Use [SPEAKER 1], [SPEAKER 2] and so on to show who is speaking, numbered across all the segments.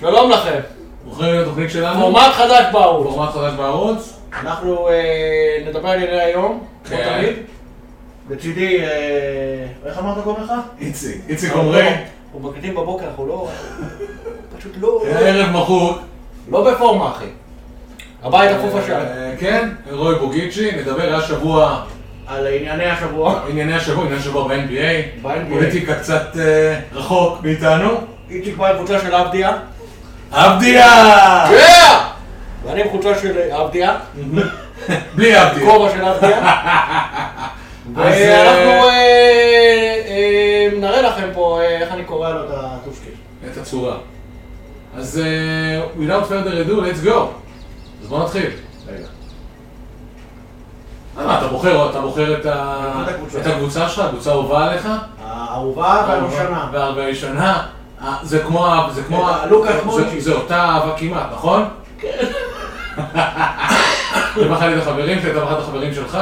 [SPEAKER 1] שלום לכם,
[SPEAKER 2] ברוכים לתוכנית שלנו,
[SPEAKER 1] פורמט חדש בערוץ.
[SPEAKER 2] פורמט חדש בערוץ,
[SPEAKER 1] אנחנו אה, נדבר על ענייני היום, כמו
[SPEAKER 2] כן.
[SPEAKER 1] תמיד. לצידי, אה, איך אמרת קוראים לך?
[SPEAKER 2] איציק, איציק עומרי,
[SPEAKER 1] אנחנו מקליטים בבוקר, אנחנו לא... פשוט לא...
[SPEAKER 2] היה ערב מחוק,
[SPEAKER 1] לא בפורמה, אחי. הבית הפוך השעה.
[SPEAKER 2] אה, כן, רוי בוגיצ'י, נדבר השבוע,
[SPEAKER 1] על ענייני השבוע.
[SPEAKER 2] ענייני השבוע, ענייני השבוע ב-NBA,
[SPEAKER 1] ב-NBA.
[SPEAKER 2] פוליטיקה קצת אה, רחוק מאיתנו,
[SPEAKER 1] איציק בא עם חולצה של עבדיה.
[SPEAKER 2] עבדיה! כן.
[SPEAKER 1] כן! ואני עם חולצה של עבדיה.
[SPEAKER 2] בלי עבדיה,
[SPEAKER 1] כובע של עבדיה.
[SPEAKER 2] אז, אה,
[SPEAKER 1] ואנחנו אה, אה, נראה לכם פה אה, איך אני קורא לו את הטושקי.
[SPEAKER 2] את הצורה. אז אה, without further ado, let's go, אז בוא נתחיל. רגע. אה, מה, אתה בוחר, אתה בוחר את ה-
[SPEAKER 1] את הקבוצה.
[SPEAKER 2] את הקבוצה שלך, הקבוצה אהובה עליך?
[SPEAKER 1] האהובה והראשונה.
[SPEAKER 2] והראשונה. אה, זה כמו, ה- זה כמו, ה-
[SPEAKER 1] לוקה
[SPEAKER 2] זה-
[SPEAKER 1] מונצ'יץ'.
[SPEAKER 2] זה אותה אהבה כמעט, נכון? כן. אתה מחלק את החברים שלי, אתה מחלק את החברים שלך,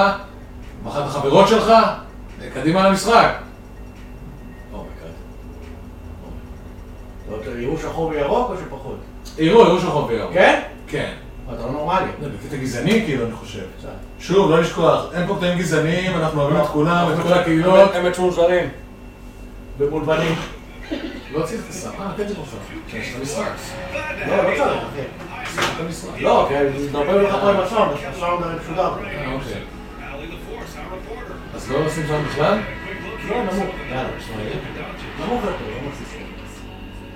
[SPEAKER 2] מחלק את החברות שלך, קדימה למשחק. אומייגאד.
[SPEAKER 1] יהיו שחור וירוק או שפחות?
[SPEAKER 2] יראו, יראו שחור ביום.
[SPEAKER 1] כן?
[SPEAKER 2] כן.
[SPEAKER 1] אתה לא נורמלי.
[SPEAKER 2] זה בקטע גזעני כאילו, אני חושב.
[SPEAKER 1] קצת.
[SPEAKER 2] שוב, לא לשכוח, אין פה קטעים גזעניים, אנחנו אוהבים את
[SPEAKER 1] לא,
[SPEAKER 2] כולם, את כל הקהילות.
[SPEAKER 1] הם מצונזרים. ומולבנים.
[SPEAKER 2] לא צריך את הסם, אה, כן זה בסם. כן, יש את המשחק.
[SPEAKER 1] לא, לא צריך, אחי.
[SPEAKER 2] יש את המשחק.
[SPEAKER 1] לא, כי מדברים לך פה עם הסאונד, הסאונד הרי משודר.
[SPEAKER 2] אה, אוקיי. אז לא עושים שם בכלל?
[SPEAKER 1] לא, נמוך. יאללה, נמוך יותר, לא מוסיף.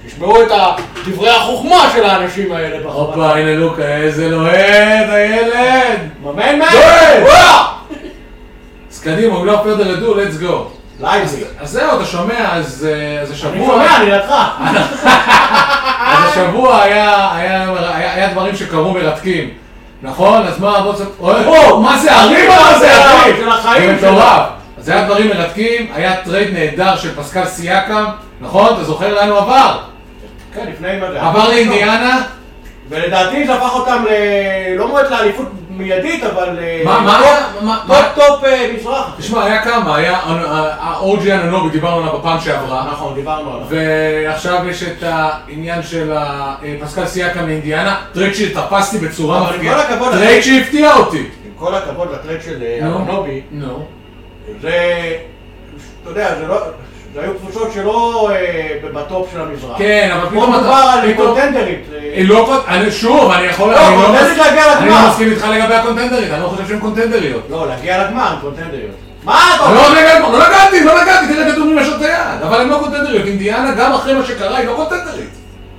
[SPEAKER 1] תשמעו את דברי החוכמה של האנשים האלה בחברה.
[SPEAKER 2] הופה, הנה לוקה, איזה לוהט, הילד!
[SPEAKER 1] ממן
[SPEAKER 2] כן!
[SPEAKER 1] מן?
[SPEAKER 2] אז קדימה, we not further ado, let's go.
[SPEAKER 1] לייבזיג.
[SPEAKER 2] אז זהו, אתה שומע, אז אה, אז
[SPEAKER 1] אני
[SPEAKER 2] השבוע...
[SPEAKER 1] שומע, אני לידך.
[SPEAKER 2] אז השבוע היה- היה היה- היה דברים שקרו מרתקים. נכון? אז מה, בוא... תספ- אוי, בוא, מה זה הריבה הזה, אחי?
[SPEAKER 1] לא של החיים
[SPEAKER 2] זה
[SPEAKER 1] שלו.
[SPEAKER 2] מטורף. אז היה דברים מרתקים, היה טרייד נהדר של פסקל סייקם, נכון? אתה זוכר לאן הוא עבר?
[SPEAKER 1] כן, לפני מדע.
[SPEAKER 2] עבר לאינדיאנה?
[SPEAKER 1] ולדעתי זה הפך אותם ל... לא מועד לאליפות מיידית, אבל... אה,
[SPEAKER 2] מה, מה,
[SPEAKER 1] טופ-
[SPEAKER 2] מה, מה?
[SPEAKER 1] טופ טופ אה, מזרח.
[SPEAKER 2] תשמע, היה כמה, היה אה, אורג'י אננובי, דיברנו עליו בפעם שעברה.
[SPEAKER 1] נכון, דיברנו עליו.
[SPEAKER 2] ועכשיו יש את העניין של ה- אה, פסקל סייקה מאינדיאנה, טרייד שתפסתי בצורה
[SPEAKER 1] אבל עם
[SPEAKER 2] מפגיעה,
[SPEAKER 1] כל הכבוד,
[SPEAKER 2] טרייד שהפתיע אותי.
[SPEAKER 1] עם כל הכבוד לטרק של אה,
[SPEAKER 2] נו.
[SPEAKER 1] אהרונובי,
[SPEAKER 2] נו.
[SPEAKER 1] זה... אתה יודע, זה לא... זה היו קבוצות שלא אה, בטופ של המזרח.
[SPEAKER 2] כן, אבל
[SPEAKER 1] פה
[SPEAKER 2] פתאום
[SPEAKER 1] מדובר
[SPEAKER 2] אתה...
[SPEAKER 1] על
[SPEAKER 2] פתאום-
[SPEAKER 1] קונטנדרית. אה,
[SPEAKER 2] היא לא קונט... אני- שוב, אני יכול...
[SPEAKER 1] לא,
[SPEAKER 2] אני
[SPEAKER 1] קונטנדרית
[SPEAKER 2] מס-
[SPEAKER 1] להגיע
[SPEAKER 2] אני
[SPEAKER 1] לגמר.
[SPEAKER 2] לא מסכים איתך לגבי הקונטנדרית, אני לא חושב שהן קונטנדריות.
[SPEAKER 1] לא, להגיע לגמר עם קונטנדריות. מה אתה
[SPEAKER 2] אני
[SPEAKER 1] אומר?
[SPEAKER 2] לא נגעתי, לא נגעתי, לא נגעתי, תראה כתוב לי לשון את היד. אבל הן לא קונטנדריות, אינדיאנה גם אחרי מה שקרה היא לא קונטנדרית.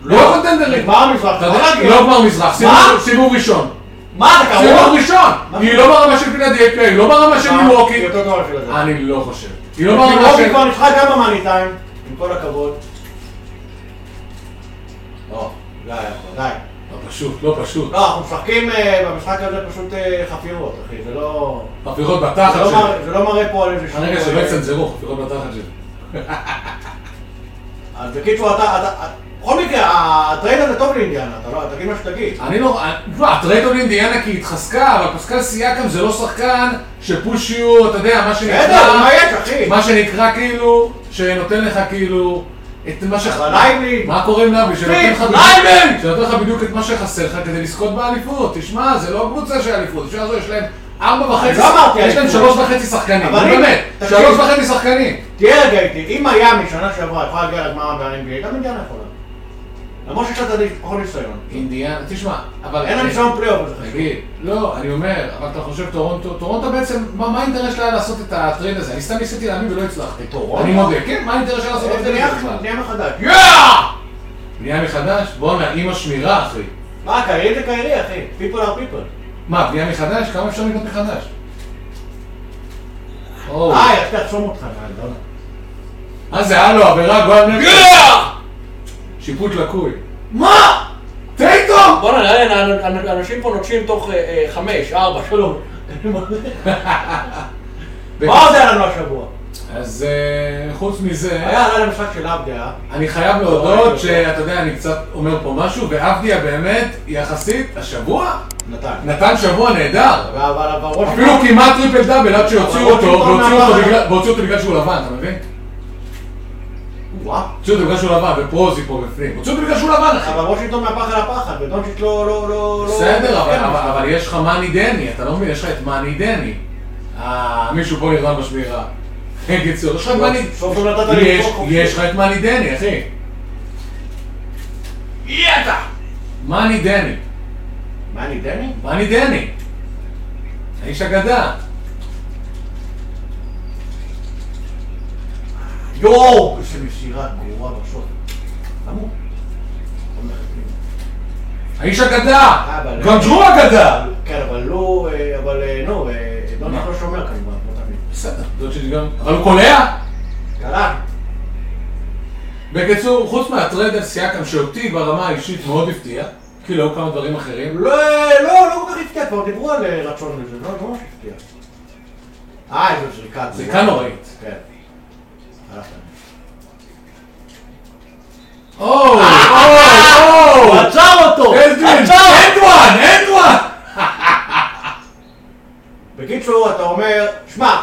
[SPEAKER 2] לא קונטנדרית.
[SPEAKER 1] גמר המזרח,
[SPEAKER 2] אתה
[SPEAKER 1] לא
[SPEAKER 2] יודע,
[SPEAKER 1] להגיע.
[SPEAKER 2] לא גמר מזרח, סיבוב-
[SPEAKER 1] מה?
[SPEAKER 2] סיבוב ראשון.
[SPEAKER 1] מה, אתה
[SPEAKER 2] סיבוב
[SPEAKER 1] קרוב?
[SPEAKER 2] ראשון! היא לא ברמה של פילדלפיה, היא לא ברמה של
[SPEAKER 1] היא
[SPEAKER 2] מילווקי.
[SPEAKER 1] יותר טובה של זה.
[SPEAKER 2] אני לא חושב. היא לא ברמה
[SPEAKER 1] מילווקי
[SPEAKER 2] של...
[SPEAKER 1] כבר ניצחה גם במאני טיים, עם כל הכבוד.
[SPEAKER 2] לא,
[SPEAKER 1] די.
[SPEAKER 2] לא פשוט, לא פשוט.
[SPEAKER 1] לא, אנחנו משחקים אה, במשחק הזה פשוט אה, חפירות, אחי, זה לא...
[SPEAKER 2] חפירות
[SPEAKER 1] זה
[SPEAKER 2] בתחת
[SPEAKER 1] לא
[SPEAKER 2] שלי.
[SPEAKER 1] מראה- זה לא מראה פה על איזה אה,
[SPEAKER 2] הרגע שלא יצנזרו, לא, חפירות בתחת שלי.
[SPEAKER 1] אז בקיצור, אתה... אתה- אתה- בכל מקרה, הטרייד הזה טוב לאינדיאנה, אתה לא... תגיד מה שתגיד.
[SPEAKER 2] אני לא... תשמע, הטרייד על אינדיאנה כי היא התחזקה, אבל פסקל סייקם זה לא שחקן שפושיו, אתה יודע, מה
[SPEAKER 1] בסדר,
[SPEAKER 2] שנקרא...
[SPEAKER 1] מה יש, אחי?
[SPEAKER 2] מה שנקרא כאילו, שנותן לך כאילו... את מה ש...
[SPEAKER 1] אבל לייבלי-
[SPEAKER 2] מה קוראים לבי? שנותן לך בדיוק-
[SPEAKER 1] לייבלי!
[SPEAKER 2] שנותן לך בדיוק את מה שחסר לך כדי לזכות באליפות. תשמע, זה לא קבוצה של אליפות. אפשר לעשות, יש להם ארבע וחצי...
[SPEAKER 1] לא אמרתי
[SPEAKER 2] יש להם
[SPEAKER 1] אליפות.
[SPEAKER 2] שלוש וחצי שחקנים.
[SPEAKER 1] אבל
[SPEAKER 2] נו,
[SPEAKER 1] אם-
[SPEAKER 2] באמת,
[SPEAKER 1] תקשיב.
[SPEAKER 2] שלוש וחצי שחקנים.
[SPEAKER 1] תהיה רגע איתי, אם מיאמי שנה שעברה יכולה להגיע לגמר ב-NBA, גם אינדיאנה יכולה. למרות שיש לה קצת פחות ניסיון.
[SPEAKER 2] אינדיאנה, תשמע, אבל...
[SPEAKER 1] אין לה ניסיון פלייאוף, זה חשוב.
[SPEAKER 2] תגיד, לא, אני אומר, אבל אתה חושב טורונטו, טורונטו בעצם, מה מה האינטרס שלה לעשות את הטרייד הזה? אני סתם ניסיתי להאמין ולא הצלחתי.
[SPEAKER 1] טורונטו?
[SPEAKER 2] אני מודה, כן, מה האינטרס שלה לעשות את
[SPEAKER 1] לא, זה
[SPEAKER 2] הטרייד הזה
[SPEAKER 1] נהיה-
[SPEAKER 2] בכלל?
[SPEAKER 1] נהיה מחדש.
[SPEAKER 2] יאה! בנייה מחדש? בואנה, אימא שמירה, אחי.
[SPEAKER 1] מה, קיירי זה קיירי, אחי. people are people.
[SPEAKER 2] מה, בנייה מחדש? כמה אפשר לקנות מחדש? או,
[SPEAKER 1] אה, יפה, תחסום אותך, אני לא יודע.
[SPEAKER 2] מה זה, הלו, עבירה גועל נפש? יאה! שיפוט לקוי. מה? טייטום!
[SPEAKER 1] בואנה, לאן אנשים פה נוטשים תוך
[SPEAKER 3] אה,
[SPEAKER 1] חמש, ארבע,
[SPEAKER 2] לא,
[SPEAKER 1] שלום. מה עוד היה לנו השבוע?
[SPEAKER 2] אז אה, חוץ מזה...
[SPEAKER 1] היה עלה למשחק של עבדיה.
[SPEAKER 2] אני חייב להודות שאתה יודע, אני קצת אומר פה משהו, ועבדיה באמת, יחסית, השבוע,
[SPEAKER 1] נתן.
[SPEAKER 2] נתן שבוע נהדר.
[SPEAKER 1] אבל הראש...
[SPEAKER 2] אפילו כמעט טריפל דאבל עד שהוציאו אותו, והוציאו אותו בגלל- והוציאו אותו בגלל שהוא לבן, אתה מבין?
[SPEAKER 1] וואו.
[SPEAKER 2] הוציאו אותו בגלל שהוא לבן, ופה זיפו בפנים. הוציאו אותו בגלל שהוא לבן, אחי.
[SPEAKER 1] אבל וושינגטון מהפחד לפחד, ודונצ'יץ' לא... לא... לא... לא-
[SPEAKER 2] בסדר, אבל-
[SPEAKER 1] כן,
[SPEAKER 2] אבל אבל יש לך מאני דני, אתה לא מבין, יש לך את מאני דני. אה, מישהו פה נרדם בשמירה. כן, קיצור, יש לך את מאני...
[SPEAKER 1] סוף סוף לא נתת לי
[SPEAKER 2] יש-
[SPEAKER 1] לבחור חופשי.
[SPEAKER 2] יש לך את מאני דני, אחי. יאטה! מאני דני.
[SPEAKER 1] מה, אני דני?
[SPEAKER 2] מאני דני. האיש אגדה.
[SPEAKER 1] יואו! איזה מסירה גרועה בסוף. למה הוא? הולך פנימה.
[SPEAKER 2] האיש אגדה!
[SPEAKER 1] אה, אבל-
[SPEAKER 2] גם ג'רו אגדה!
[SPEAKER 1] כן, אבל לא... אה, אבל אה, נו, אה, דונצ'יץ' לא שומר כמובן, לא תמיד.
[SPEAKER 2] בסדר, דודג'יץ' גם... אבל הוא קולע?
[SPEAKER 1] קלע.
[SPEAKER 2] בקיצור, חוץ מהטרנד על סייקם שאותי ברמה האישית מאוד הפתיע, כי לא כמה דברים אחרים,
[SPEAKER 1] לא, לא, לא כל כך הפתיע, כבר דיברו על אה, רצון לזה, לא לא ממש הפתיע. אה, איזו זריקה.
[SPEAKER 2] זריקה נוראית.
[SPEAKER 1] כן. הלכת.
[SPEAKER 2] אוו, אוו,
[SPEAKER 1] הוא עצר אותו!
[SPEAKER 2] אדווין, אדואן, אדואן!
[SPEAKER 1] בקיצור, אתה אומר, שמע,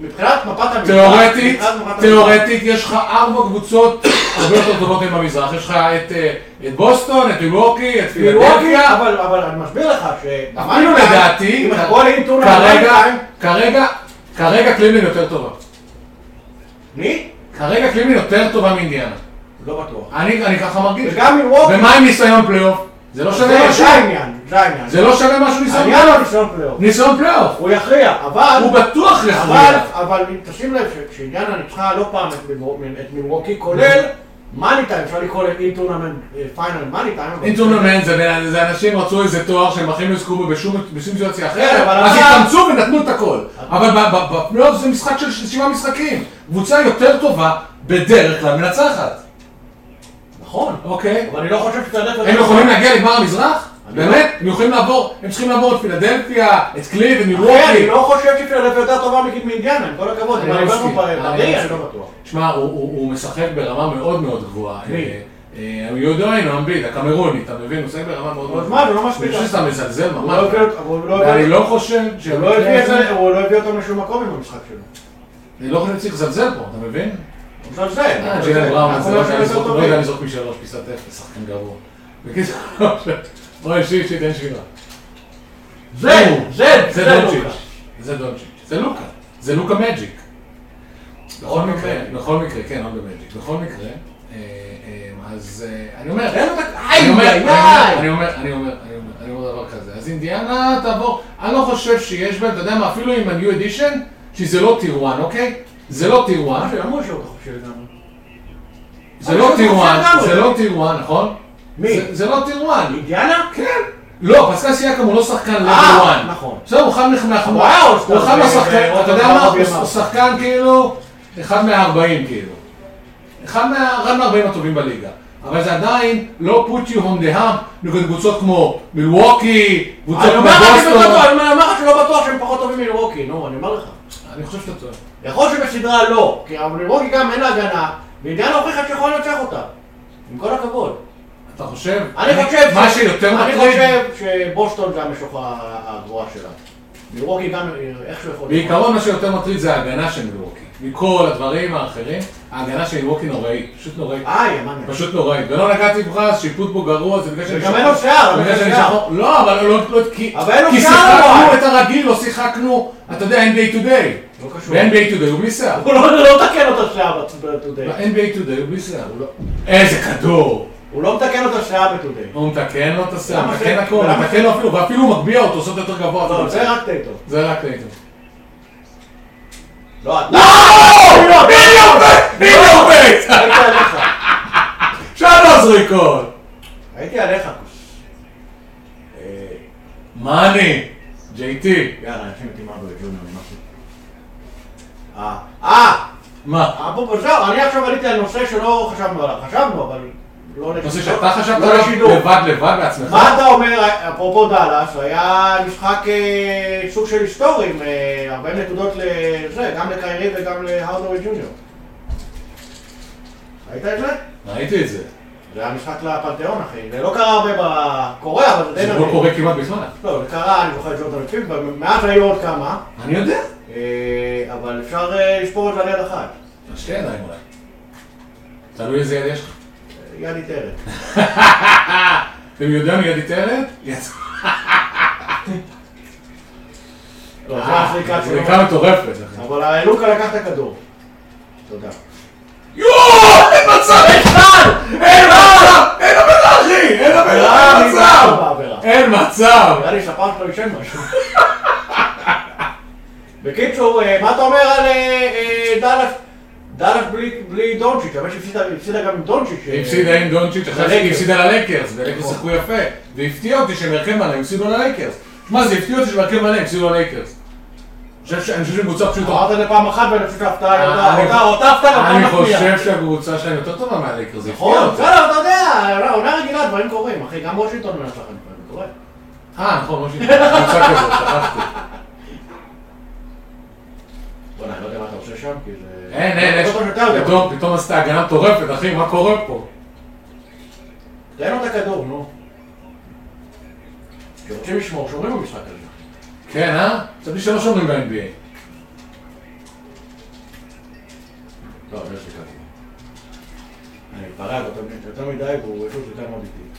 [SPEAKER 1] מבחינת מפת המזרח...
[SPEAKER 2] תיאורטית,
[SPEAKER 1] מבחינת מפת המזרח-
[SPEAKER 2] תיאורטית יש לך ארבע קבוצות הרבה יותר טובות עם המזרח, יש לך את, אה, את בוסטון, את מילווקי, את
[SPEAKER 1] מילווקי,
[SPEAKER 2] פילדלפיה,
[SPEAKER 1] לא אבל אבל אני מסביר לך ש...
[SPEAKER 2] אפילו לדעתי,
[SPEAKER 1] אם אתה קורא לי טורנר...
[SPEAKER 2] כרגע, כרגע, כרגע קליבלין יותר טובה,
[SPEAKER 1] מי?
[SPEAKER 2] כרגע קליבלין יותר טובה מאינדיאנה,
[SPEAKER 1] לא בטוח.
[SPEAKER 2] אני אני ככה מרגיש,
[SPEAKER 1] וגם מילווקי...
[SPEAKER 2] ומה עם ניסיון פלייאוף? זה לא שווה
[SPEAKER 1] זה
[SPEAKER 2] משהו,
[SPEAKER 1] זה העניין, זה העניין.
[SPEAKER 2] זה לא שווה משהו ניסיון
[SPEAKER 1] היה
[SPEAKER 2] פלייאוף,
[SPEAKER 1] לו ניסיון פלייאוף.
[SPEAKER 2] ניסיון פלייאוף,
[SPEAKER 1] לא. הוא יכריע, אבל...
[SPEAKER 2] הוא בטוח
[SPEAKER 1] אבל,
[SPEAKER 2] יכריע,
[SPEAKER 1] אבל אם תשים לב ש- שאינדיאנה ניצחה לא פעם את מילווקי- את מילווקי, כולל מאני טיים, אפשר לקרוא אה, לאינטורנמנט פיינל מאני טיים. אבל-
[SPEAKER 2] אינטורנמנט זה בין- זה אנשים רצו איזה תואר שהם הכי לא יזכו בו בשום בשום סיטואציה
[SPEAKER 1] כן,
[SPEAKER 2] אחרת,
[SPEAKER 1] אבל
[SPEAKER 2] אז
[SPEAKER 1] אתה-
[SPEAKER 2] התאמצו ונתנו את הכל. אבל ב- ב- בפלייאוף זה משחק של ש- שבעה משחקים. קבוצה יותר טובה בדרך כלל מנצחת.
[SPEAKER 1] נכון.
[SPEAKER 2] אוקיי?
[SPEAKER 1] אבל אני לא חושב שתעדף...
[SPEAKER 2] הם יכולים להגיע לגמר המזרח?
[SPEAKER 1] אני לא-
[SPEAKER 2] באמת? הם יכולים לעבור, הם צריכים לעבור את פילדלפיה, את קליב, את
[SPEAKER 1] אחי, אני
[SPEAKER 2] מילווקי.
[SPEAKER 1] לא חושב שפילדלפיה יותר טובה מגיד מאינדיאנה, עם כל הכבוד,
[SPEAKER 2] אני
[SPEAKER 1] אם
[SPEAKER 2] לא
[SPEAKER 1] אני
[SPEAKER 2] מסכים.
[SPEAKER 1] אומר
[SPEAKER 2] אני לא
[SPEAKER 1] במדעי, אני
[SPEAKER 2] מסכים.
[SPEAKER 1] לא בטוח.
[SPEAKER 2] שמע, הוא- הוא הוא משחק ברמה מאוד מאוד גבוהה.
[SPEAKER 1] מי?
[SPEAKER 2] אה, אה, הוא יודעין, הוא אמביד, הקמרוני, אתה מבין? הוא משחק ברמה מאוד מאוד
[SPEAKER 1] אז מה, זה לא מספיק.
[SPEAKER 2] אני חושב שאתה מזלזל
[SPEAKER 1] הוא לא
[SPEAKER 2] ממש.
[SPEAKER 1] הביא אותו- אבל הוא לא
[SPEAKER 2] ואני
[SPEAKER 1] הביא-
[SPEAKER 2] לא חושב
[SPEAKER 1] הוא לא הביא את זה- הוא לא הביא אותו לשום מקום עם המשחק שלו.
[SPEAKER 2] אני לא חושב שצריך לזלזל פה, אתה מבין?
[SPEAKER 1] הוא מזלזל.
[SPEAKER 2] אה,
[SPEAKER 1] הוא
[SPEAKER 2] ג'יילן
[SPEAKER 1] מזלזל.
[SPEAKER 2] בראון,
[SPEAKER 1] אנחנו
[SPEAKER 2] זה
[SPEAKER 1] לא
[SPEAKER 2] לא יודע לזרוק- לא
[SPEAKER 1] טובים.
[SPEAKER 2] יודע לזרוק משלוש, פיסת אפס, שחקן גרוע. בקיצור, לא חושב. אוי, שיט, שיט, אין שירה.
[SPEAKER 1] זה, זה,
[SPEAKER 2] זה
[SPEAKER 1] זה
[SPEAKER 2] דונצ'יץ'.
[SPEAKER 1] לוקה.
[SPEAKER 2] זה דונצ'יץ'. זה לוקה. זה לוקה מג'יק. בכל מקרה, בכל מקרה, כן, עוד במג'יק. בכל מקרה, אה, אה, אז אה, אני אומר,
[SPEAKER 1] אין לו את ה-
[SPEAKER 2] אני אומר,
[SPEAKER 1] איי, איי.
[SPEAKER 2] אני אומר, אני אומר, אני אומר, אני אומר, אני אומר דבר כזה. אז אינדיאנה תעבור, אני לא חושב שיש בהם, אתה יודע מה, אפילו עם ה-new edition, שזה לא טיר 1, אוקיי? זה לא טיר 1.
[SPEAKER 1] מה שאמרו שהוא חופשי לגמרי.
[SPEAKER 2] זה לא טיר 1,
[SPEAKER 1] לגמרי.
[SPEAKER 2] זה לא טיר 1, נכון?
[SPEAKER 1] מי?
[SPEAKER 2] זה- זה לא טיר 1.
[SPEAKER 1] אינדיאנה?
[SPEAKER 2] כן. לא, פסקל סייקם הוא לא שחקן לבל 1.
[SPEAKER 1] אה, נכון.
[SPEAKER 2] בסדר, הוא אחד מהחמור.
[SPEAKER 1] הוא היה
[SPEAKER 2] הוא אחד
[SPEAKER 1] אולסטאר,
[SPEAKER 2] מהשחקנים,
[SPEAKER 1] ו-
[SPEAKER 2] אתה יודע מה?
[SPEAKER 1] ו-
[SPEAKER 2] הוא הוא שחקן כאילו, אחד מהארבעים כאילו. אחד מה- אחד מהארבעים הטובים בליגה. אבל זה עדיין לא put you on the hump נגד קבוצות כמו מילווקי, קבוצות
[SPEAKER 1] אני
[SPEAKER 2] כמו
[SPEAKER 1] אומר לך שהם לא
[SPEAKER 2] בוסטון.
[SPEAKER 1] טובים, אני אומר לך שלא בטוח שהם פחות טובים מלרוקי, נו, אני אומר לך.
[SPEAKER 2] אני חושב שאתה טועה.
[SPEAKER 1] יכול להיות שבסדרה לא, כי אבל לרוקי גם אין לה הגנה, ואינדיאנה הוכיחה שיכול לנצח אותה. עם כל הכבוד.
[SPEAKER 2] אתה חושב?
[SPEAKER 1] אני חושב...
[SPEAKER 2] מה
[SPEAKER 1] ש-
[SPEAKER 2] שיותר
[SPEAKER 1] אני
[SPEAKER 2] מטריד.
[SPEAKER 1] חושב שבוסטון זה המשוכה הגבוהה שלה. מילווקי גם איכשהו יכול...
[SPEAKER 2] בעיקרון מה שיותר מטריד זה ההגנה של מילווקי. מכל הדברים האחרים, ההגנה של מילווקי נוראית, פשוט נוראית.
[SPEAKER 1] אה, ימניה.
[SPEAKER 2] פשוט נוראית. ולא נגעתי בך, אז שיפוט בו גרוע, זה בגלל שאני
[SPEAKER 1] וגם אין לו שיער,
[SPEAKER 2] בגלל
[SPEAKER 1] אין לו
[SPEAKER 2] שאני
[SPEAKER 1] שיער.
[SPEAKER 2] שחור. לא, אבל לא... לא- כי
[SPEAKER 1] אבל אין לו
[SPEAKER 2] כי
[SPEAKER 1] שיער,
[SPEAKER 2] שיחקנו
[SPEAKER 1] אבל.
[SPEAKER 2] את הרגיל, לא שיחקנו, אתה יודע, NBA Today.
[SPEAKER 1] לא קשור.
[SPEAKER 2] ב-NBA Today הוא בלי לא, שיער.
[SPEAKER 1] הוא לא לא מתקן אותה שעה בטודיי.
[SPEAKER 2] ב-NBA Today הוא בלי שיער.
[SPEAKER 1] הוא לא-
[SPEAKER 2] איזה כדור!
[SPEAKER 1] הוא לא מתקן אותה שעה בטודיי.
[SPEAKER 2] הוא מתקן לו את השיער,
[SPEAKER 1] למה
[SPEAKER 2] מתקן
[SPEAKER 1] זה-
[SPEAKER 2] הכל,
[SPEAKER 1] למה
[SPEAKER 2] מתקן לו אפילו, ואפילו הוא מגביה אותו, עושה אותו יותר גבוה.
[SPEAKER 1] לא,
[SPEAKER 2] אפילו.
[SPEAKER 1] זה רק טייטו.
[SPEAKER 2] זה רק נטו.
[SPEAKER 1] לא, אתה...
[SPEAKER 2] לא! בדיוק! בדיוק! בדיוק!
[SPEAKER 1] הייתי עליך.
[SPEAKER 2] שלוש לא זריקות!
[SPEAKER 1] הייתי עליך. אה,
[SPEAKER 2] מאני, ג'יי טי,
[SPEAKER 1] יאללה, אנשים מתים אבו לג'וניור, משהו. אה, אה,
[SPEAKER 2] מה?
[SPEAKER 1] אה, בוא, בוא, זהו, אני עכשיו עליתי על נושא שלא חשבנו עליו. חשבנו, אבל לא...
[SPEAKER 2] נושא
[SPEAKER 1] לשידור.
[SPEAKER 2] שאתה חשבת
[SPEAKER 1] לא
[SPEAKER 2] עליו
[SPEAKER 1] לשידור.
[SPEAKER 2] לבד לבד בעצמך?
[SPEAKER 1] מה אתה אומר, אפרופו דאלאס, היה משחק אה, סוג של היסטורי עם אה, 40 נקודות לזה, גם לקיירי וגם להארדורי ג'וניור. ראית את זה?
[SPEAKER 2] ראיתי את זה.
[SPEAKER 1] זה היה משחק לפנתיאון, אחי. זה לא קרה הרבה בקוריאה, אבל זה די
[SPEAKER 2] זה לא
[SPEAKER 1] נדיר.
[SPEAKER 2] קורה כמעט בכלל.
[SPEAKER 1] לא, זה קרה, אני זוכר את ג'ורדן פיל, מאז היו עוד כמה,
[SPEAKER 2] אני יודע.
[SPEAKER 1] אה, אבל אפשר אה, לספור את זה על יד אחת.
[SPEAKER 2] על שתי ידיים אולי. תלוי איזה יד יש לך.
[SPEAKER 1] יד איתרת.
[SPEAKER 2] אתם יודעים מי יד איתרת? יצא.
[SPEAKER 1] לא, זה האפליקציה.
[SPEAKER 2] זה נקרא מטורפת. אחי.
[SPEAKER 1] אבל האלוקה לקח את הכדור. תודה.
[SPEAKER 2] יואו! אין מצב בכלל! אין מצב! לא- אין עבירה אחי! אין עבירה! אין
[SPEAKER 1] אה,
[SPEAKER 2] מצב!
[SPEAKER 1] נגמר בעבירה.
[SPEAKER 2] אין מצב!
[SPEAKER 1] נראה לי שהפעם שלו ישן משהו. בקיצור, אה, מה אתה אומר על אה, אה, דאלאס? דאלאס בלי- בלי דונצ'יץ', האמת שהפסידה הפסידה גם עם דונצ'יץ'. אה,
[SPEAKER 2] היא הפסידה עם דונצ'יץ' אחרי שהיא
[SPEAKER 1] ללקרס.
[SPEAKER 2] הפסידה אה, ללקרס, ולקרס
[SPEAKER 1] נכון.
[SPEAKER 2] שיחקו יפה, והפתיע אותי שהם הרכב מלא, הם הפסידו ללקרס. שמע, זה הפתיע אותי שהם הרכב מלא, הם הפסידו ללקרס. אני חושב ש- אני חושב שהם קבוצה פשוטה.
[SPEAKER 1] אמרת את זה פעם אחת ואני חושב שההפתעה ירדה.
[SPEAKER 2] אני-
[SPEAKER 1] אותה- אותה הפתעה גם
[SPEAKER 2] אני
[SPEAKER 1] פעם השנייה.
[SPEAKER 2] חושב שהקבוצה שלהם יותר טובה מהלקרס, זה הפתיע
[SPEAKER 1] נכון,
[SPEAKER 2] אותי.
[SPEAKER 1] בסדר, אתה יודע, עונה רגילה, דברים קורים, אחי, גם וושינגטון מנצחת לפעמים, קורה.
[SPEAKER 2] אה, נכון, משה, קבוצה כזאת, שכחתי.
[SPEAKER 1] בוא'נה, אני לא יודע מה אתה עושה שם, כי זה...
[SPEAKER 2] אין, אין,
[SPEAKER 1] לא
[SPEAKER 2] יש...
[SPEAKER 1] טוב שאתה יודע.
[SPEAKER 2] פתאום- פתאום עשתה הגנה מטורפת, אחי, מה קורה פה?
[SPEAKER 1] תן לו את הכדור, נו. כשרוצים לשמור, שומרים במשחק הזה.
[SPEAKER 2] כן, אה? חשבתי שלא שומרים ב-NBA.
[SPEAKER 1] לא, יש לי כדור. אני מתפרע, יותר מ- יותר מדי, והוא יש לו שליטה מאוד איטית.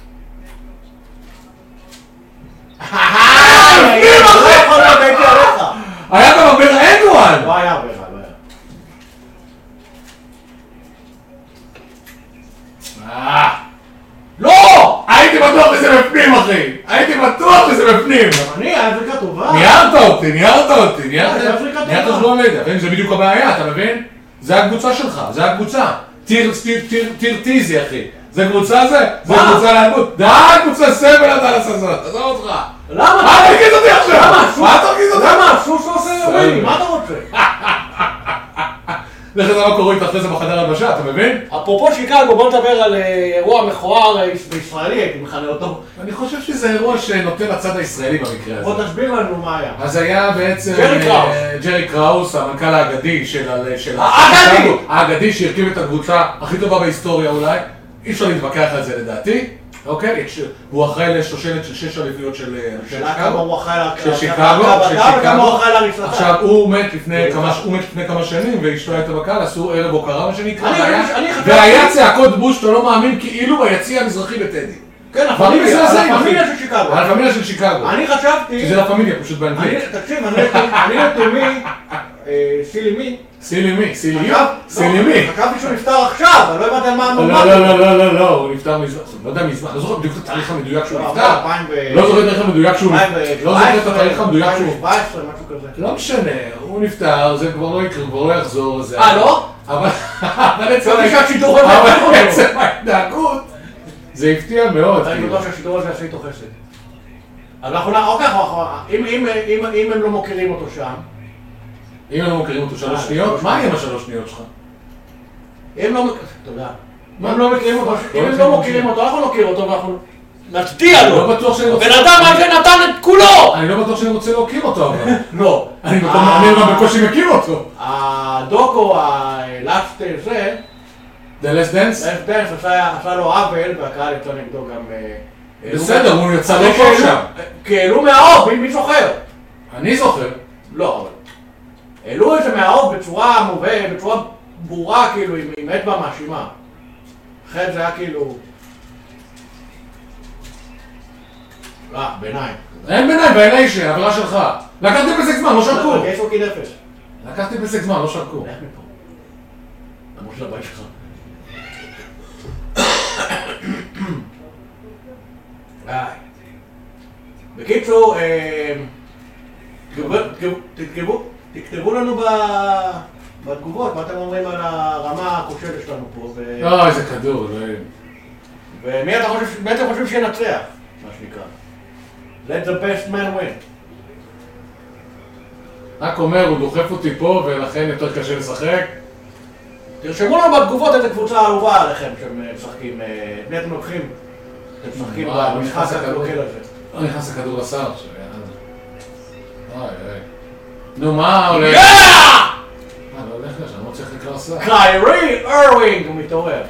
[SPEAKER 1] אני לא יכול להיות, הייתי עליך.
[SPEAKER 2] היה גם הרבה אדואן!
[SPEAKER 1] לא היה עבירה, לא היה.
[SPEAKER 2] אה. לא! הייתי בטוח שזה בפנים, אחי! הייתי בטוח שזה בפנים!
[SPEAKER 1] גם אני, היה עבריקה טובה.
[SPEAKER 2] ניערת אותי, ניערת אותי, ניערת
[SPEAKER 1] זה אפריקה טובה.
[SPEAKER 2] ניערת לא לידה, אתה מבין? זה בדיוק הבעיה, אתה מבין? זה הקבוצה שלך, זה הקבוצה. טיר, טיר, טיר, טיר טיזי, אחי. זה קבוצה זה? זה
[SPEAKER 1] מה?
[SPEAKER 2] קבוצה להגות. די, קבוצה סבל אתה לעשות זאת, עזוב אותך.
[SPEAKER 1] למה?
[SPEAKER 2] מה אתה מרגיז אותי עכשיו?
[SPEAKER 1] למה?
[SPEAKER 2] מה אתה מרגיז אותי?
[SPEAKER 1] למה? סוס לא עושה
[SPEAKER 2] סבבה.
[SPEAKER 1] אירועים, מה אתה רוצה?
[SPEAKER 2] לך תדע מה קורה איתך אחרי זה בחדר הלבשה, אתה מבין?
[SPEAKER 1] אפרופו שיקגו, בוא נדבר על אה, אירוע מכוער אה, בישראלי, הייתי מכנה אותו.
[SPEAKER 2] אני חושב שזה אירוע שנוטה לצד הישראלי במקרה הזה.
[SPEAKER 1] בוא תסביר לנו מה היה.
[SPEAKER 2] אז היה בעצם...
[SPEAKER 1] ג'רי קראוס. אה,
[SPEAKER 2] אה, ג'רי קראוס, המנכ"ל האגדי של... ה- של ה-
[SPEAKER 1] האגדי!
[SPEAKER 2] האגדי שהרכיב את הקבוצה הכי טובה בהיסטוריה אולי. אי אפשר להתווכח על זה לדעתי. אוקיי? יש- הוא אחראי לשושלת של שש אליפויות של אה, של
[SPEAKER 1] שאלה כמה הוא אחראי לה-
[SPEAKER 2] של שיקגו,
[SPEAKER 1] להכת
[SPEAKER 2] של
[SPEAKER 1] הבטה וכמה הוא
[SPEAKER 2] שיקגו.
[SPEAKER 1] אחראי להריסתה.
[SPEAKER 2] עכשיו, הוא מת לפני
[SPEAKER 1] יפה.
[SPEAKER 2] כמה- הוא מת לפני כמה שנים, ואשתו הייתה בקהל, עשו ערב הוקרה, מה שנקרא,
[SPEAKER 1] אני-
[SPEAKER 2] והיה-
[SPEAKER 1] אני חשבתי-
[SPEAKER 2] והיה צעקות בוש, אתה לא מאמין, כאילו ביציע המזרחי בטדי.
[SPEAKER 1] כן,
[SPEAKER 2] דברים מזעזעים, אחי.
[SPEAKER 1] הפמיליה של שיקגו.
[SPEAKER 2] על הפמיליה של שיקגו.
[SPEAKER 1] אני חשבתי...
[SPEAKER 2] שזה לה פמיליה, פשוט
[SPEAKER 1] אני-
[SPEAKER 2] באנגלית.
[SPEAKER 1] תקשיב, אני אני לתומי, אה, סילי מי,
[SPEAKER 2] סילי מי? סילי יו?
[SPEAKER 1] חשב-
[SPEAKER 2] סילי
[SPEAKER 1] לא,
[SPEAKER 2] מי?
[SPEAKER 1] חשבתי שהוא נפטר עכשיו, אני לא הבנתי על מה
[SPEAKER 2] לא,
[SPEAKER 1] המאמן.
[SPEAKER 2] לא, לא, לא, לא, לא, הוא נפטר מזמן, לא יודע מזמן, לא זוכר בדיוק את התאריך המדויק שהוא
[SPEAKER 1] לא,
[SPEAKER 2] נפטר.
[SPEAKER 1] אלפיים ו-
[SPEAKER 2] לא זוכר את התאריך המדויק שהוא
[SPEAKER 1] אלפיים
[SPEAKER 2] נפטר.
[SPEAKER 1] ו-
[SPEAKER 2] לא זוכר את התאריך
[SPEAKER 1] אה,
[SPEAKER 2] המדויק שהוא...
[SPEAKER 1] 2017, משהו כזה.
[SPEAKER 2] לא משנה, הוא נפטר, זה כבר לא יקרה, כבר לא יחזור לזה.
[SPEAKER 1] אה, לא?
[SPEAKER 2] אבל אבל עצם
[SPEAKER 1] לא
[SPEAKER 2] ההת-
[SPEAKER 1] בשעת שידור הזה,
[SPEAKER 2] אבל
[SPEAKER 1] לא.
[SPEAKER 2] עצם ההתנהגות, זה הפתיע מאוד.
[SPEAKER 1] אני לא-
[SPEAKER 2] כאילו.
[SPEAKER 1] בטוח שהשידור הזה עשוי איתו חסד. אז אנחנו נע... או ככה, או ככה. אם- אם- אם אם הם לא מוכרים אותו שם,
[SPEAKER 2] אם אנחנו מכירים אותו שלוש
[SPEAKER 1] אה,
[SPEAKER 2] שניות,
[SPEAKER 1] שלוש
[SPEAKER 2] מה יהיה עם השלוש שניות שלך?
[SPEAKER 1] אם לא מכירים... תודה. אם
[SPEAKER 2] מה?
[SPEAKER 1] הם לא מכירים אותו,
[SPEAKER 2] לא
[SPEAKER 1] אם הם
[SPEAKER 2] מכירים
[SPEAKER 1] לא מוכרים
[SPEAKER 2] אותו.
[SPEAKER 1] אותו, אנחנו נוקיר אותו ואנחנו נצדיע לו.
[SPEAKER 2] לא בטוח שאני רוצה-
[SPEAKER 1] הבן אדם הזה נתן את כולו!
[SPEAKER 2] אני לא בטוח שאני רוצה להוקיר אותו, אבל...
[SPEAKER 1] לא.
[SPEAKER 2] אני בכל
[SPEAKER 1] ה-
[SPEAKER 2] אני גם בקושי מכיר אותו.
[SPEAKER 1] הדוקו, הלאסט זה,
[SPEAKER 2] The Last Dance?
[SPEAKER 1] לאסט דנס עשה עשה לו עוול, והקהל יצא נגדו גם... אה, כן. העלו-
[SPEAKER 2] בסדר, הוא יצא
[SPEAKER 1] אחרי
[SPEAKER 2] לא טוב
[SPEAKER 1] שהעלו-
[SPEAKER 2] שם.
[SPEAKER 1] כי העלו מהאור, מי- מי זוכר?
[SPEAKER 2] אני זוכר.
[SPEAKER 1] לא, אבל... העלו את זה מהאור בצורה מובהת, בצורה ברורה, כאילו, עם, עם אצבע מאשימה. אחרת זה היה כאילו... אה, ביניים.
[SPEAKER 2] אין ביניים, בעיני שלי, עבירה שלך. לקחתי פסק זמן, לא שרקו.
[SPEAKER 1] יש לו קיד אפס.
[SPEAKER 2] לקחתי פסק זמן, לא שרקו.
[SPEAKER 1] לך מפה. למרות שזה הבית שלך. די. אה, בקיצור, אה, תגבו- תגבו- תכתבו- תכתבו לנו ב- בתגובות מה אתם אומרים על הרמה הכושלת שלנו פה, ו-
[SPEAKER 2] לא, איזה כדור, אלוהים.
[SPEAKER 1] ומי אתה חושב, מי אתם חושבים שינצח, מה שנקרא. Let the best man win.
[SPEAKER 2] רק אומר, הוא דוחף אותי פה, ולכן יותר קשה לשחק.
[SPEAKER 1] תרשמו לנו בתגובות איזה קבוצה אהובה עליכם שהם משחקים, אה, את מי אתם לוקחים? אתם משחקים
[SPEAKER 2] וואי, אני
[SPEAKER 1] במשחק
[SPEAKER 2] נכנס לכדור.
[SPEAKER 1] הקלוקל הזה.
[SPEAKER 2] לא נכנס לכדור לסל עכשיו, יאללה. אוי, אוי. נו, מה עולה?
[SPEAKER 1] אה! יאה!
[SPEAKER 2] מה, לא הולך לשם, אני לא צריך לקרוא לסל.
[SPEAKER 1] קיירי ארווינג הוא מתעורר.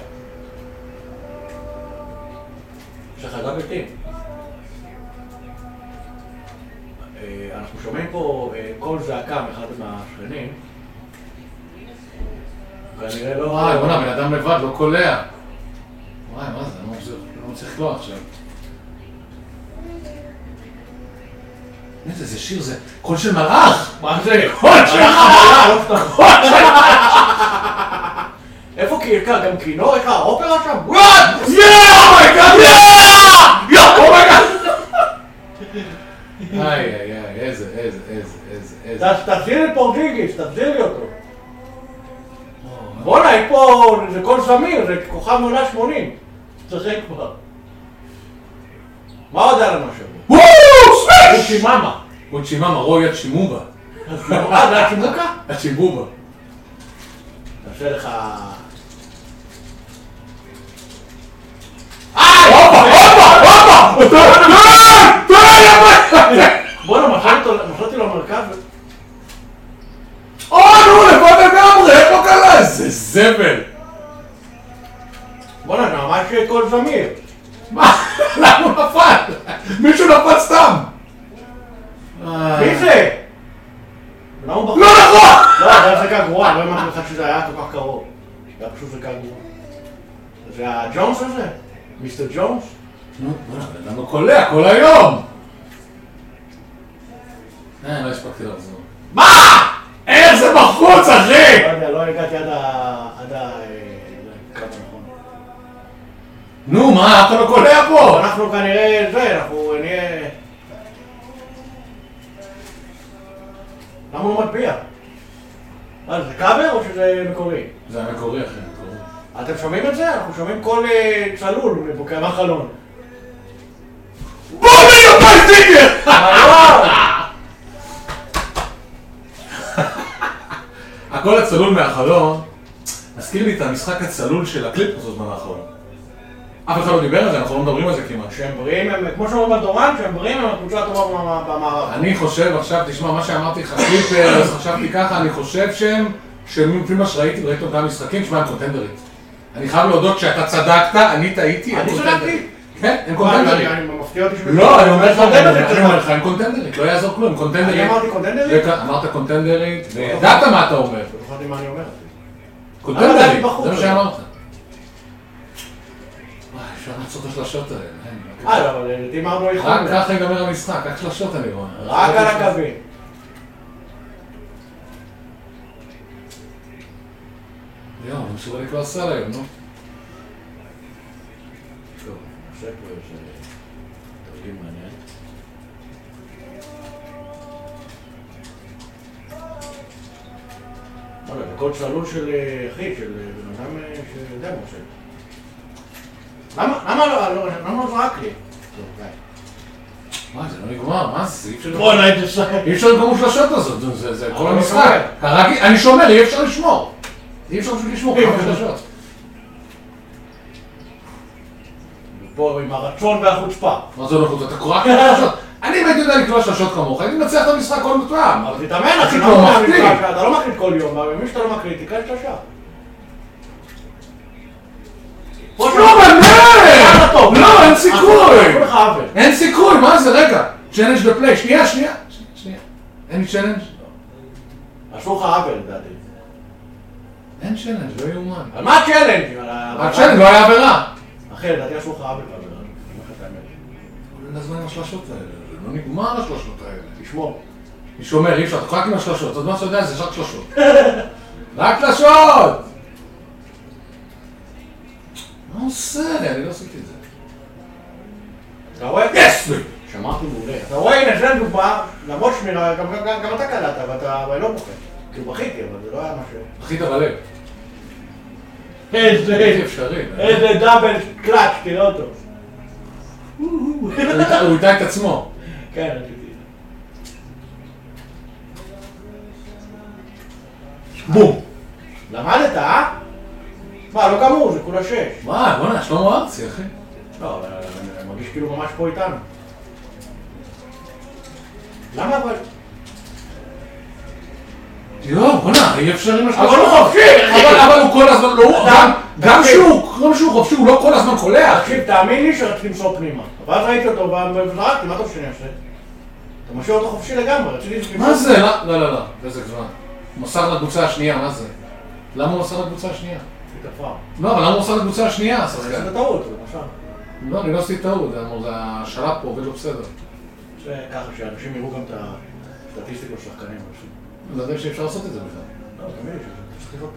[SPEAKER 1] יש לך גם ביתים. אה, אנחנו שומעים פה אה, קול זעקה מאחד מהשכנים.
[SPEAKER 2] כנראה לא... וואי, בוא'נה, בן אדם לבד, לא קולע. וואי, מה זה, אני לא מצליח- לא מצליח לקלוע עכשיו. איזה, זה שיר, זה קול של מלאך!
[SPEAKER 1] מה זה?
[SPEAKER 2] קול של מלאך!
[SPEAKER 1] איפה קרקע? גם כינור? איך האופרה שם? וואט!
[SPEAKER 2] יא! אומייגאד! יא! יא! אומייגאד! איי, איי, איי, איזה, איזה, איזה, איזה, איזה.
[SPEAKER 1] תחזיר לי פורגיגיס, תחזיר לי אותו. בואנה, היא פה, זה קול זמיר, זה כוכב עונה 80. תשחק כבר. מה עוד היה לנו השבוע?
[SPEAKER 2] וואו! סמש!
[SPEAKER 1] אוצ'י מאמה.
[SPEAKER 2] עוד שימה מרוי עד שימובה.
[SPEAKER 1] אה, זה היה קימוקה?
[SPEAKER 2] עד שימובה.
[SPEAKER 1] נעשה לך...
[SPEAKER 2] הופה! הופה! הופה! אה, די! די! די!
[SPEAKER 1] בואנה, מכרתי אותו- מכרתי לו מרכז.
[SPEAKER 2] או, אה, נו, לבוא לגמרי, איפה קלה? זה זבל.
[SPEAKER 1] בואנה, זה ממש קול זמיר.
[SPEAKER 2] מה? למה הוא נפל? מישהו נפל סתם.
[SPEAKER 1] מי זה? למה הוא בחר?
[SPEAKER 2] לא נכון!
[SPEAKER 1] לא, זה היה זריקה גרועה, לא האמנתי לך שזה היה כל כך קרוב. זה היה פשוט זריקה גרועה. זה הג'ונס הזה? מיסטר ג'ונס?
[SPEAKER 2] נו, בוא'נה, בן אדם לא קולע כל היום. אה, לא הספקתי לחזור. מה? איך זה בחוץ, אחי?
[SPEAKER 1] לא יודע, לא הגעתי עד ה... עד ה... אה, לקו הנכון.
[SPEAKER 2] נו, מה, אף אחד לא קולע פה.
[SPEAKER 1] אנחנו כנראה זה, אנחנו נהיה... למה הוא לא מטביע? מה זה קאבר או שזה מקורי?
[SPEAKER 2] זה היה מקורי, אחי, מקורי.
[SPEAKER 1] אתם שומעים את זה? אנחנו שומעים קול אה, צלול מבוקר מהחלון.
[SPEAKER 2] בוא נהיה פייסטינגר! הקול הצלול מהחלון מזכיר לי את המשחק הצלול של הקליפ בזמן האחרון. אף אחד לא דיבר על זה, אנחנו לא מדברים על זה כמעט.
[SPEAKER 1] שהם בריאים, הם, כמו שאומרים בדורן, שהם בריאים הם הקבוצה הטובה במ- במערב.
[SPEAKER 2] אני חושב עכשיו, תשמע, מה שאמרתי לך, קליפרס, חשבתי ככה, אני חושב שהם, שלפי מה שראיתי, ראיתי אותם משחקים, שמע, הם קונטנדרית. אני חייב להודות שאתה צדקת, אני טעיתי, הם
[SPEAKER 1] אני
[SPEAKER 2] קונטנדרית.
[SPEAKER 1] צדקתי?
[SPEAKER 2] כן, הם
[SPEAKER 1] מה,
[SPEAKER 2] קונטנדרית.
[SPEAKER 1] אני- אני מפתיע אותי ש...
[SPEAKER 2] לא, אני אומר לך,
[SPEAKER 1] קונטנדרית,
[SPEAKER 2] אני אומר לך, הם קונטנדרית, לא יעזור כלום, הם קונטנדרית.
[SPEAKER 1] אני אמרתי קונטנדרית?
[SPEAKER 2] וכ- אמרת קונטנדרית, וידעת מה אתה אומר.
[SPEAKER 1] לא יכולתי מה אני אומר.
[SPEAKER 2] קונטנדרית,
[SPEAKER 1] בחוץ?
[SPEAKER 2] זה מה שאמרת. וואי, אפשר לעצור את השלשות האלה. אין, אני
[SPEAKER 1] אה, לא, אבל דיברנו איכות.
[SPEAKER 2] רק ככה ייגמר המשחק, רק שלשות אני רואה.
[SPEAKER 1] רק על הקווים.
[SPEAKER 2] יואו, אני מסוגל לקרוא סל היום, נו.
[SPEAKER 1] טוב, עכשיו פה יש אה, תרגיל מעניין. וואלה, זה קוד צלול של אה, אחי, של אה, בן אדם אה, שיודע מה עושה. למה למה לא- לא למה לא זרק לי? טוב, די.
[SPEAKER 2] מה, זה לא נגמר, מה זה? אי אפשר...
[SPEAKER 1] בואנה, איזה שחק.
[SPEAKER 2] אי אפשר לגמור שלשות הזאת, זה- זה- זה כל
[SPEAKER 1] אני
[SPEAKER 2] המשחק. הרגי- אני שומר, אי אפשר לשמור. אי אפשר פשוט לשמור
[SPEAKER 1] אי
[SPEAKER 2] כמה
[SPEAKER 1] אפשר.
[SPEAKER 2] שלשות.
[SPEAKER 1] פה עם הרצון והחוצפה.
[SPEAKER 2] מה זה לא חוץ? אתה קורא כמה שלשות. אני אם הייתי יודע לקרוא שלשות כמוך, הייתי מנצח את המשחק כל מתואם.
[SPEAKER 1] אבל תתאמן, אחי,
[SPEAKER 2] אחי,
[SPEAKER 1] לא
[SPEAKER 2] כבר
[SPEAKER 1] יודע,
[SPEAKER 2] מחטיא.
[SPEAKER 1] המשחק, אתה לא מקליט כל יום, אבל מי שאתה לא מקליט, תיקח שלושה. פה
[SPEAKER 2] לא, אבל
[SPEAKER 1] יאללה, טוב.
[SPEAKER 2] מה? לא, אין סיכוי.
[SPEAKER 1] עשו לך עוול.
[SPEAKER 2] אין סיכוי, מה זה? רגע. צ'אלנג' בפליי, שנייה, שנייה. ש- שנייה. אין לי צ'אלנג'?
[SPEAKER 1] עשו לך עוול, לדעתי.
[SPEAKER 2] אין צ'אלנג', לא יאומן.
[SPEAKER 1] אבל מה הצ'אלנג'? על ה-
[SPEAKER 2] הצ'אלנג' לא היה עבירה.
[SPEAKER 1] אחי, לדעתי עשו לך עוול בעבירה. אני אומר לך את האמת.
[SPEAKER 2] אין הזמן עם השלשות האלה, זה לא נגמר השלשות האלה.
[SPEAKER 1] תשמור.
[SPEAKER 2] מי שאומר, אי אפשר, אתה רק עם השלשות, עוד מה שאתה יודע זה רק שלשות. רק שלשות! מה הוא עושה? אני לא עשיתי את זה.
[SPEAKER 1] אתה רואה?
[SPEAKER 2] יס! לי!
[SPEAKER 1] שמעתי מעולה. אתה רואה, הנה, זה דוגמה, למרות שמירה, גם- גם גם אתה קלעת, אבל אתה אבל לא בוחר. כאילו, בכיתי, אבל זה לא היה משהו.
[SPEAKER 2] אחי
[SPEAKER 1] אה.
[SPEAKER 2] בלב.
[SPEAKER 1] איזה...
[SPEAKER 2] בלתי אפשרי.
[SPEAKER 1] איזה דאבל קלאץ', תראה אותו.
[SPEAKER 2] הוא הטעה- הוא הטעה את עצמו.
[SPEAKER 1] כן, רציתי.
[SPEAKER 2] בום!
[SPEAKER 1] למדת, אה? מה, לא גמור, זה כולה שש.
[SPEAKER 2] מה, בוא'נה, שלמה ארצי, אחי.
[SPEAKER 1] לא, אבל אני מרגיש כאילו ממש פה איתנו. למה אבל?
[SPEAKER 2] יואו, לא, בוא'נה, אי אפשר עם השלשות.
[SPEAKER 1] אבל לא הוא חופשי, אחי.
[SPEAKER 2] אבל- אבל הוא כל הזמן, לא, הוא-
[SPEAKER 1] אתה-
[SPEAKER 2] גם- גם
[SPEAKER 1] תקשיב.
[SPEAKER 2] שהוא, גם שהוא חופשי, הוא לא כל הזמן קולע, אחי.
[SPEAKER 1] תקשיב, תאמין לי שרציתי למסור פנימה. אבל ראיתי אותו וזרקתי, מה אתה רוצה שאני אעשה? אתה משאיר אותו חופשי לגמרי, רציתי למסור
[SPEAKER 2] מה זה? לא, לא, לא, לא, בזק זמן. הוא מסר לקבוצה השנייה, מה זה? למה הוא עשה לקבוצה השנייה?
[SPEAKER 1] זה דבר.
[SPEAKER 2] לא, אבל למה הוא עשה לקבוצה השנייה, השחקן?
[SPEAKER 1] זה בטעות, למשל.
[SPEAKER 2] לא, אני לא עשיתי טעות, זה אמור, זה השלט פה עובד לא בסדר.
[SPEAKER 1] זה ככה, שאנשים יראו גם את הסטטיסטיקות של השחקנים. אנשים.
[SPEAKER 2] אני לא יודע שאפשר לעשות את זה בכלל.
[SPEAKER 1] לא, תמיד יש את זה. צריך לראות.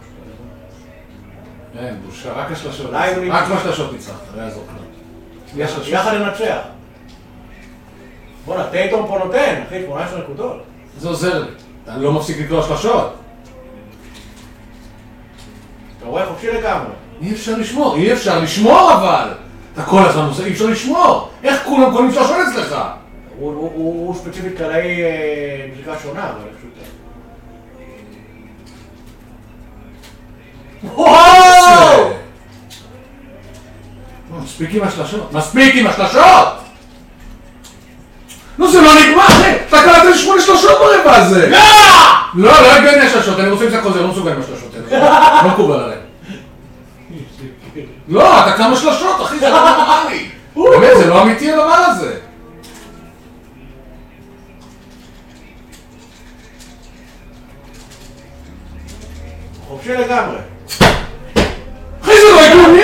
[SPEAKER 2] אין, בושה, רק השלשות.
[SPEAKER 1] אולי הוא
[SPEAKER 2] רק
[SPEAKER 1] נמצא.
[SPEAKER 2] בשלשות ניצחת, לא יעזור כלום. יש שלשות.
[SPEAKER 1] יחד ננצח. בואנה, טייטום פה נותן, אחי, 18 נקודות.
[SPEAKER 2] זה עוזר לי. אני לא מפסיק לקרוא השלשות.
[SPEAKER 1] אתה רואה חופשי לגמרי.
[SPEAKER 2] אי אפשר לשמור, אי אפשר לשמור אבל! אתה כל הזמן עושה, אי אפשר לשמור! איך כולם קונים שלשות אצלך?
[SPEAKER 1] הוא- הוא- הוא הוא ספציפית קלעי אה, בדיקה שונה, אבל פשוט...
[SPEAKER 2] וואו! אה, מספיק עם השלשות. מספיק עם השלשות! נו, זה לא נגמר, אחי! אתה קלעת לי שמונה שלשות ברבע הזה! לא, לא הגעתי לשלשות, אני רוצה למצוא חוזר, לא מסוגל עם השלשות האלה. לא מקובל עליי. לא, אתה כמה שלשות, אחי, זה לא נורמלי. באמת, זה לא אמיתי הדבר הזה.
[SPEAKER 1] חופשי לגמרי.
[SPEAKER 2] אחי, זה לא הגיוני!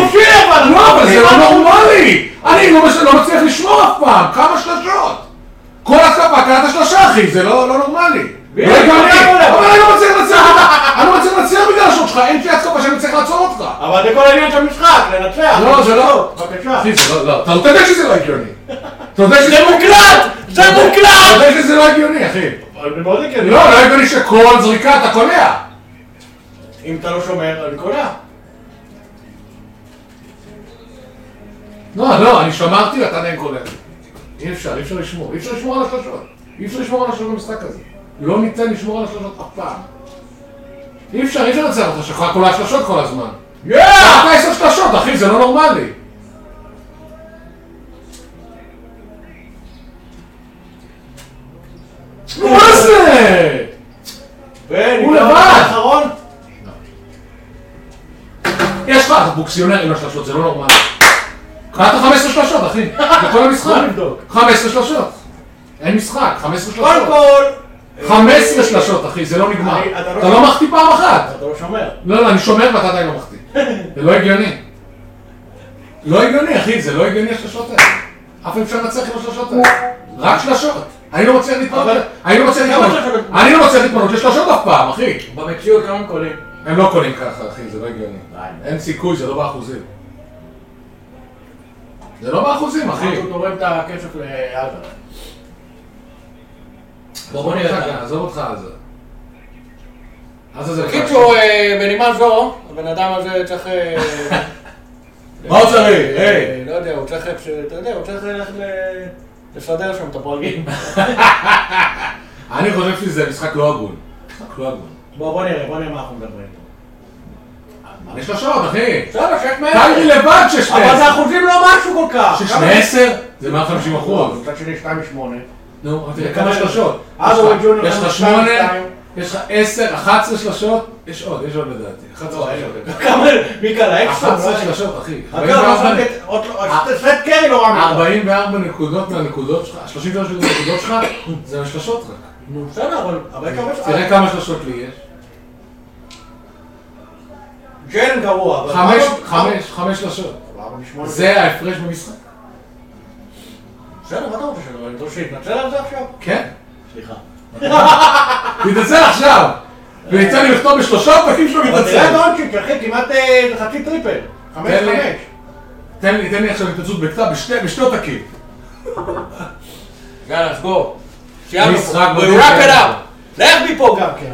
[SPEAKER 1] חופשי אבל!
[SPEAKER 2] לא, אבל זה לא נורמלי! אני לא, מש... לא מצליח לשמור אף פעם, כמה שלשות! כל התקפה קלעת שלושה אחי, זה לא, לא נורמלי! לא
[SPEAKER 1] בדיוק,
[SPEAKER 2] הגיוני!
[SPEAKER 1] אבל-
[SPEAKER 2] אבל אני לא מצליח לנצח אותך! אני לא מצליח לנצח בגלל השלוש שלך, אין שלי התקפה שאני מצליח לעצור אותך!
[SPEAKER 1] אבל זה כל העניין של המשחק, לנצח.
[SPEAKER 2] לא, זה לא...
[SPEAKER 1] בבקשה.
[SPEAKER 2] אחי, זה לא, לא, אתה יודע שזה לא הגיוני! אתה יודע שזה...
[SPEAKER 1] מוקלט! זה
[SPEAKER 2] אתה
[SPEAKER 1] מוקלט!
[SPEAKER 2] יודע שזה לא הגיוני, אחי!
[SPEAKER 1] אבל זה מאוד הגיוני.
[SPEAKER 2] לא, לא הגיוני שכל זריקה אתה קולע!
[SPEAKER 1] אם אתה לא שומר, אני קולע.
[SPEAKER 2] לא, לא, אני שמרתי ואתה עדיין קולע. אי אפשר, אי אפשר לשמור. אי אפשר לשמור על השלושות. אי אפשר לשמור על השלושות במשחק הזה. לא ניתן לשמור על השלושות אף פעם. אי אפשר, אי אפשר לנצח אותך שלך כל השלושות כל הזמן.
[SPEAKER 1] יאה!
[SPEAKER 2] אתה עשר שלושות, אחי, זה לא נורמלי. נו, מה זה? הוא לבד!
[SPEAKER 1] האחרון?
[SPEAKER 2] יש לך, אתה בוקסיונר עם השלושות, זה לא נורמלי. קראת 15 שלושות, אחי. בכל המשחק.
[SPEAKER 1] בוא נבדוק.
[SPEAKER 2] 15 שלושות. אין משחק, 15
[SPEAKER 1] קודם
[SPEAKER 2] שלושות.
[SPEAKER 1] כל...
[SPEAKER 2] 15 שלשות, אחי, זה לא נגמר.
[SPEAKER 1] אני- אתה לא
[SPEAKER 2] אתה
[SPEAKER 1] שומע.
[SPEAKER 2] לא מחטיא פעם אחת.
[SPEAKER 1] אתה לא שומר.
[SPEAKER 2] לא, לא, אני שומר ואתה עדיין לא מחטיא. זה לא הגיוני. לא הגיוני, אחי, זה לא הגיוני השלשות האלה. אף פעם אפשר לנצח עם השלשות האלה. רק שלשות. אני לא רוצה להתמנות.
[SPEAKER 1] אבל-
[SPEAKER 2] אני לא רוצה
[SPEAKER 1] כמה
[SPEAKER 2] להתמנות.
[SPEAKER 1] שלשות?
[SPEAKER 2] אני לא רוצה להתמנות לשלשות אף פעם, אחי.
[SPEAKER 1] במציאות כמה הם קולים?
[SPEAKER 2] הם לא קונים ככה, אחי, זה לא הגיוני.
[SPEAKER 1] די.
[SPEAKER 2] אין סיכוי, זה לא באחוזים. זה לא באחוזים, אחי.
[SPEAKER 1] הוא תורם את הכסף לעזה.
[SPEAKER 2] עזוב
[SPEAKER 3] בוא נראה.
[SPEAKER 2] אותך, עזוב אותך על זה. אז זה בכלל-
[SPEAKER 3] בקיצור, אה, בנימה זו, הבן אדם הזה צריך... אה,
[SPEAKER 2] מה הוא צריך?
[SPEAKER 3] אה,
[SPEAKER 2] היי.
[SPEAKER 3] לא יודע, הוא צריך... איך ש- אתה יודע, הוא צריך ללכת ל- לסדר שם את הפרגים.
[SPEAKER 2] אני חושב שזה משחק לא הגון. משחק לא הגון.
[SPEAKER 1] בוא בוא נראה, בוא נראה מה אנחנו מדברים.
[SPEAKER 2] יש לו שעות, אחי.
[SPEAKER 3] בסדר, שש
[SPEAKER 2] קיירי
[SPEAKER 3] מאה.
[SPEAKER 2] לבד ששתי
[SPEAKER 1] אבל זה
[SPEAKER 2] עשר.
[SPEAKER 1] אחוזים לא משהו כל כך!
[SPEAKER 2] ששני עשר? זה 150 אחוז.
[SPEAKER 1] מצד שני 2 מ-8.
[SPEAKER 2] נו, אבל תראה כמה שלושות.
[SPEAKER 1] אז
[SPEAKER 2] יש לך-
[SPEAKER 1] הוא ג'וניור,
[SPEAKER 2] יש
[SPEAKER 1] כמה?
[SPEAKER 2] לך שמונה,
[SPEAKER 1] שתיים.
[SPEAKER 2] יש לך עשר, 11 שלשות. יש עוד, יש עוד לדעתי. 11 שלשות.
[SPEAKER 1] כמה? מי קלע? אקסטר?
[SPEAKER 2] 11 שלשות, אחי.
[SPEAKER 1] לא, אגב, לא
[SPEAKER 2] 44.
[SPEAKER 1] שמתי- עוד לא-
[SPEAKER 2] אה.
[SPEAKER 1] סט קרי לא רע.
[SPEAKER 2] 44 נקודות מהנקודות שלך, 33 נקודות שלך, זה השלשות רק.
[SPEAKER 1] נו בסדר, אבל... אבל כמה... אה,
[SPEAKER 2] תראה כמה שלשות לי יש.
[SPEAKER 1] ג'ן גרוע. אבל- לא-
[SPEAKER 2] חמש, חמש, חמש שלשות.
[SPEAKER 1] ארבע משמונה.
[SPEAKER 2] זה ההפרש במשחק.
[SPEAKER 1] בסדר, מה אתה רוצה שאני אגיד? רוצה שיתנצל על זה עכשיו?
[SPEAKER 2] כן?
[SPEAKER 1] סליחה.
[SPEAKER 2] מתנצל עכשיו! ויצא לי לכתוב בשלושה עותקים שלו
[SPEAKER 1] אבל תראה את
[SPEAKER 2] מתנצל.
[SPEAKER 1] אונצ'יק, אחי, לא, כמעט אה, חצי טריפל. חמש
[SPEAKER 2] תן לי.
[SPEAKER 1] חמש.
[SPEAKER 2] תן לי, תן לי עכשיו התנצלות בכתב בשתי- בשני עותקים.
[SPEAKER 3] יאללה, סגור. סיימנו
[SPEAKER 2] משחק
[SPEAKER 3] פה.
[SPEAKER 2] בדיוק.
[SPEAKER 3] We wrap it up. לך מפה גם.
[SPEAKER 1] גם כן.